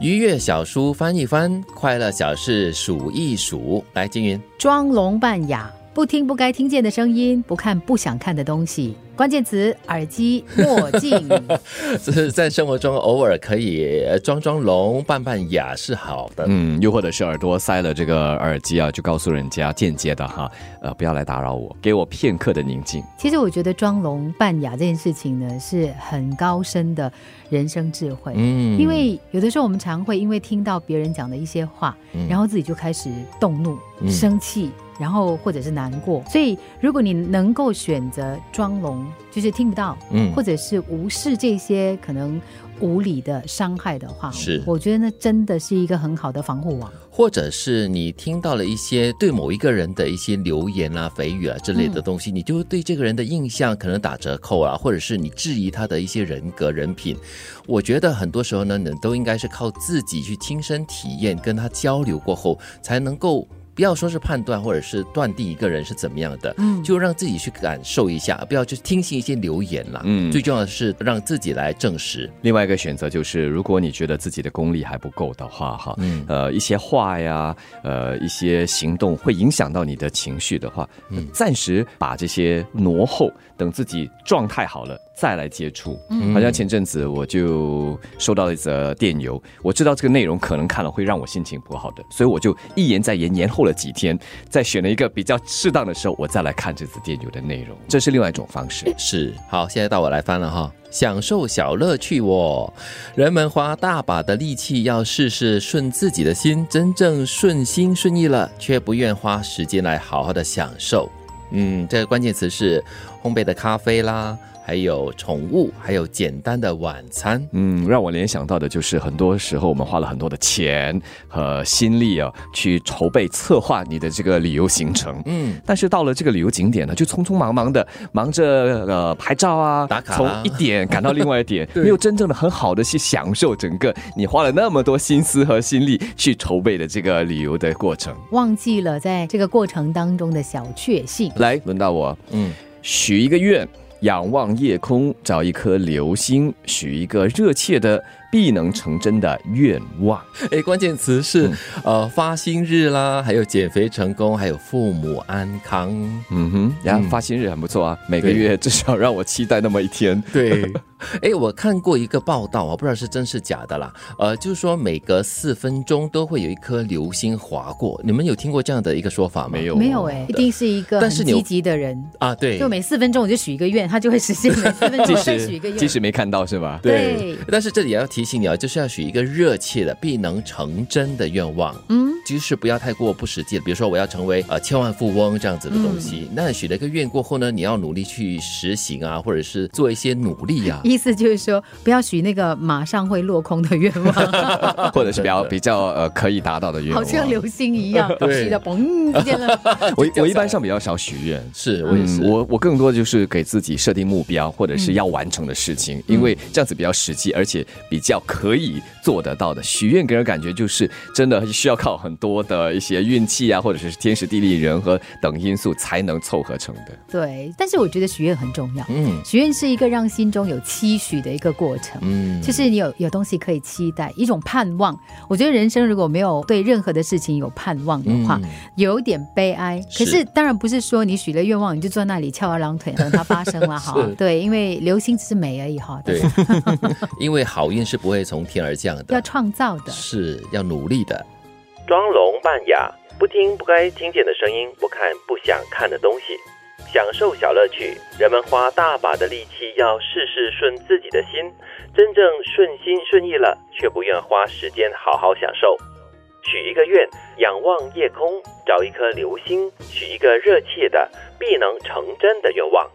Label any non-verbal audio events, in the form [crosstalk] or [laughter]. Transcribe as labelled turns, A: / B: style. A: 愉悦小书翻一翻，快乐小事数一数。来，金云， [laughs]
B: 装聋扮哑，不听不该听见的声音，不看不想看的东西。关键词：耳机、墨镜。
A: 是在生活中偶尔可以呃装装聋、扮扮哑是好的。
C: 嗯，又或者是耳朵塞了这个耳机啊，就告诉人家间接的哈，呃，不要来打扰我，给我片刻的宁静。
B: 其实我觉得装聋扮哑这件事情呢，是很高深的人生智慧。
A: 嗯
B: 因为有的时候我们常会因为听到别人讲的一些话，
A: 嗯
B: 然后自己就开始动怒、
A: 嗯
B: 生气，然后或者是难过。所以，如果你能够选择装聋，就是听不到，
A: 嗯
B: 或者是无视这些可能无理的伤害的话，
A: 是
B: 我觉得那真的是一个很好的防护网。
A: 或者是你听到了一些对某一个人的一些流言啊、蜚语啊之类的东西，你就会对这个人的印象可能打折扣啊，或者是你质疑他的一些人格、人品。我觉得很多时候呢，你都应该是靠自己去亲身体验，跟他交流过后，才能够。不要说是判断，或者是断定一个人是怎么样的，
B: 嗯
A: 就让自己去感受一下，不要去听信一些流言啦。
C: 嗯
A: 最重要的是让自己来证实。
C: 另外一个选择就是，如果你觉得自己的功力还不够的话，哈，
A: 嗯
C: 呃，一些话呀，呃，一些行动会影响到你的情绪的话，暂时把这些挪后，等自己状态好了再来接触。
B: 嗯
C: 好像前阵子我就收到了一则电邮，我知道这个内容可能看了会让我心情不好的，所以我就一延再延，延后了几天，再选了一个比较适当的时候，我再来看这则电邮的内容，这是另外一种方式。
A: 是，好，现在到我来翻了哈。享受小乐趣哦，人们花大把的力气要事事顺自己的心，真正顺心顺意了，却不愿花时间来好好的享受。嗯，这个关键词是烘焙的咖啡啦，还有宠物，还有简单的晚餐。
C: 嗯，让我联想到的就是，很多时候我们花了很多的钱和心力啊，去筹备策划你的这个旅游行程。
A: 嗯，
C: 但是到了这个旅游景点呢，就匆匆忙忙的忙着呃拍照啊，
A: 打卡啊
C: 从一点赶到另外一点，
A: [laughs] 对
C: 没有真正的很好的去享受整个你花了那么多心思和心力去筹备的这个旅游的过程。
B: 忘记了在这个过程当中的小确幸。
A: 哦
C: 来，轮到我，
A: 嗯，
C: 许一个愿，仰望夜空，找一颗流星，许一个热切的必能成真的愿望。
A: 诶，关键词是、呃发薪日啦，还有减肥成功，还有父母安康。
C: 嗯哼，然后
A: 嗯
C: 发薪日很不错啊，每个
A: 对
C: 月至少让我期待那么一天。 [laughs]
A: [laughs] 对，哎，我看过一个报道啊，不知道是真是假的啦。呃，就是说每隔四分钟都会有一颗流星划过，你们有听过这样的一个说法吗？
C: 没有
B: 没有哎、一定是一个很
A: 但是你有
B: 积极的人，
A: 啊，对
B: 就，每四分钟我就许一个愿，他就会实现。每
A: [laughs]
B: 四分钟
C: 即
B: 我再许一
C: 使
B: 个愿，
C: 即使没看到是吧？
B: 对，
A: 但是这里也要提醒你啊，就是要许一个热切的、必能成真的愿望。
B: 嗯，
A: 就是不要太过不实际，比如说我要成为呃千万富翁这样子的东
B: 嗯
A: 西，那许了一个愿过后呢，你要努力去实行啊，或者是做一些努力啊。
B: [laughs] 意思就是说，不要许那个马上会落空的愿
A: [laughs] 啊
B: 望，
C: 或者是比较
A: 真的
C: 比较呃可以达到的愿望。
B: 好像流星一样，
A: [laughs] 对
B: 许的嘣之
A: [laughs]
B: 间了。
C: 我我一般上比较少许愿。嗯
A: 是我也是，
C: 我我更多的就是给自己设定目标，或者是要完成的事情，因为这样子比较实际，而且比较可以做得到的。许愿给人感觉就是真的需要靠很多的一些运气啊，或者是天时地利人和等因素才能凑合成的。
B: [laughs] 对，但是我觉得许愿很重要，
A: 嗯
B: 许愿是一个让心中有期许的一个过程。
A: 嗯，
B: 就是你有有东西可以期待，一种盼望。我觉得人生如果没有对任何的事情有盼望的话，
A: 嗯
B: 有一点悲哀。
A: 是
B: 可是当然不是说你许了愿望你就坐在那里翘二郎腿等它发生了哈
A: [laughs] 是。
B: 对，因为流星只是美而已哈，
A: 对，因为好运是不会从天而降的，
B: 要创造的。
A: 是要努力的。
D: 装聋扮哑，不听不该听见的声音，不看不想看的东西，享受小乐趣。人们花大把的力气要事事顺自己的心，真正顺心顺意了，却不愿花时间好好享受。许一个愿，仰望夜空，找一颗流星，许一个热切的、必能成真的愿望。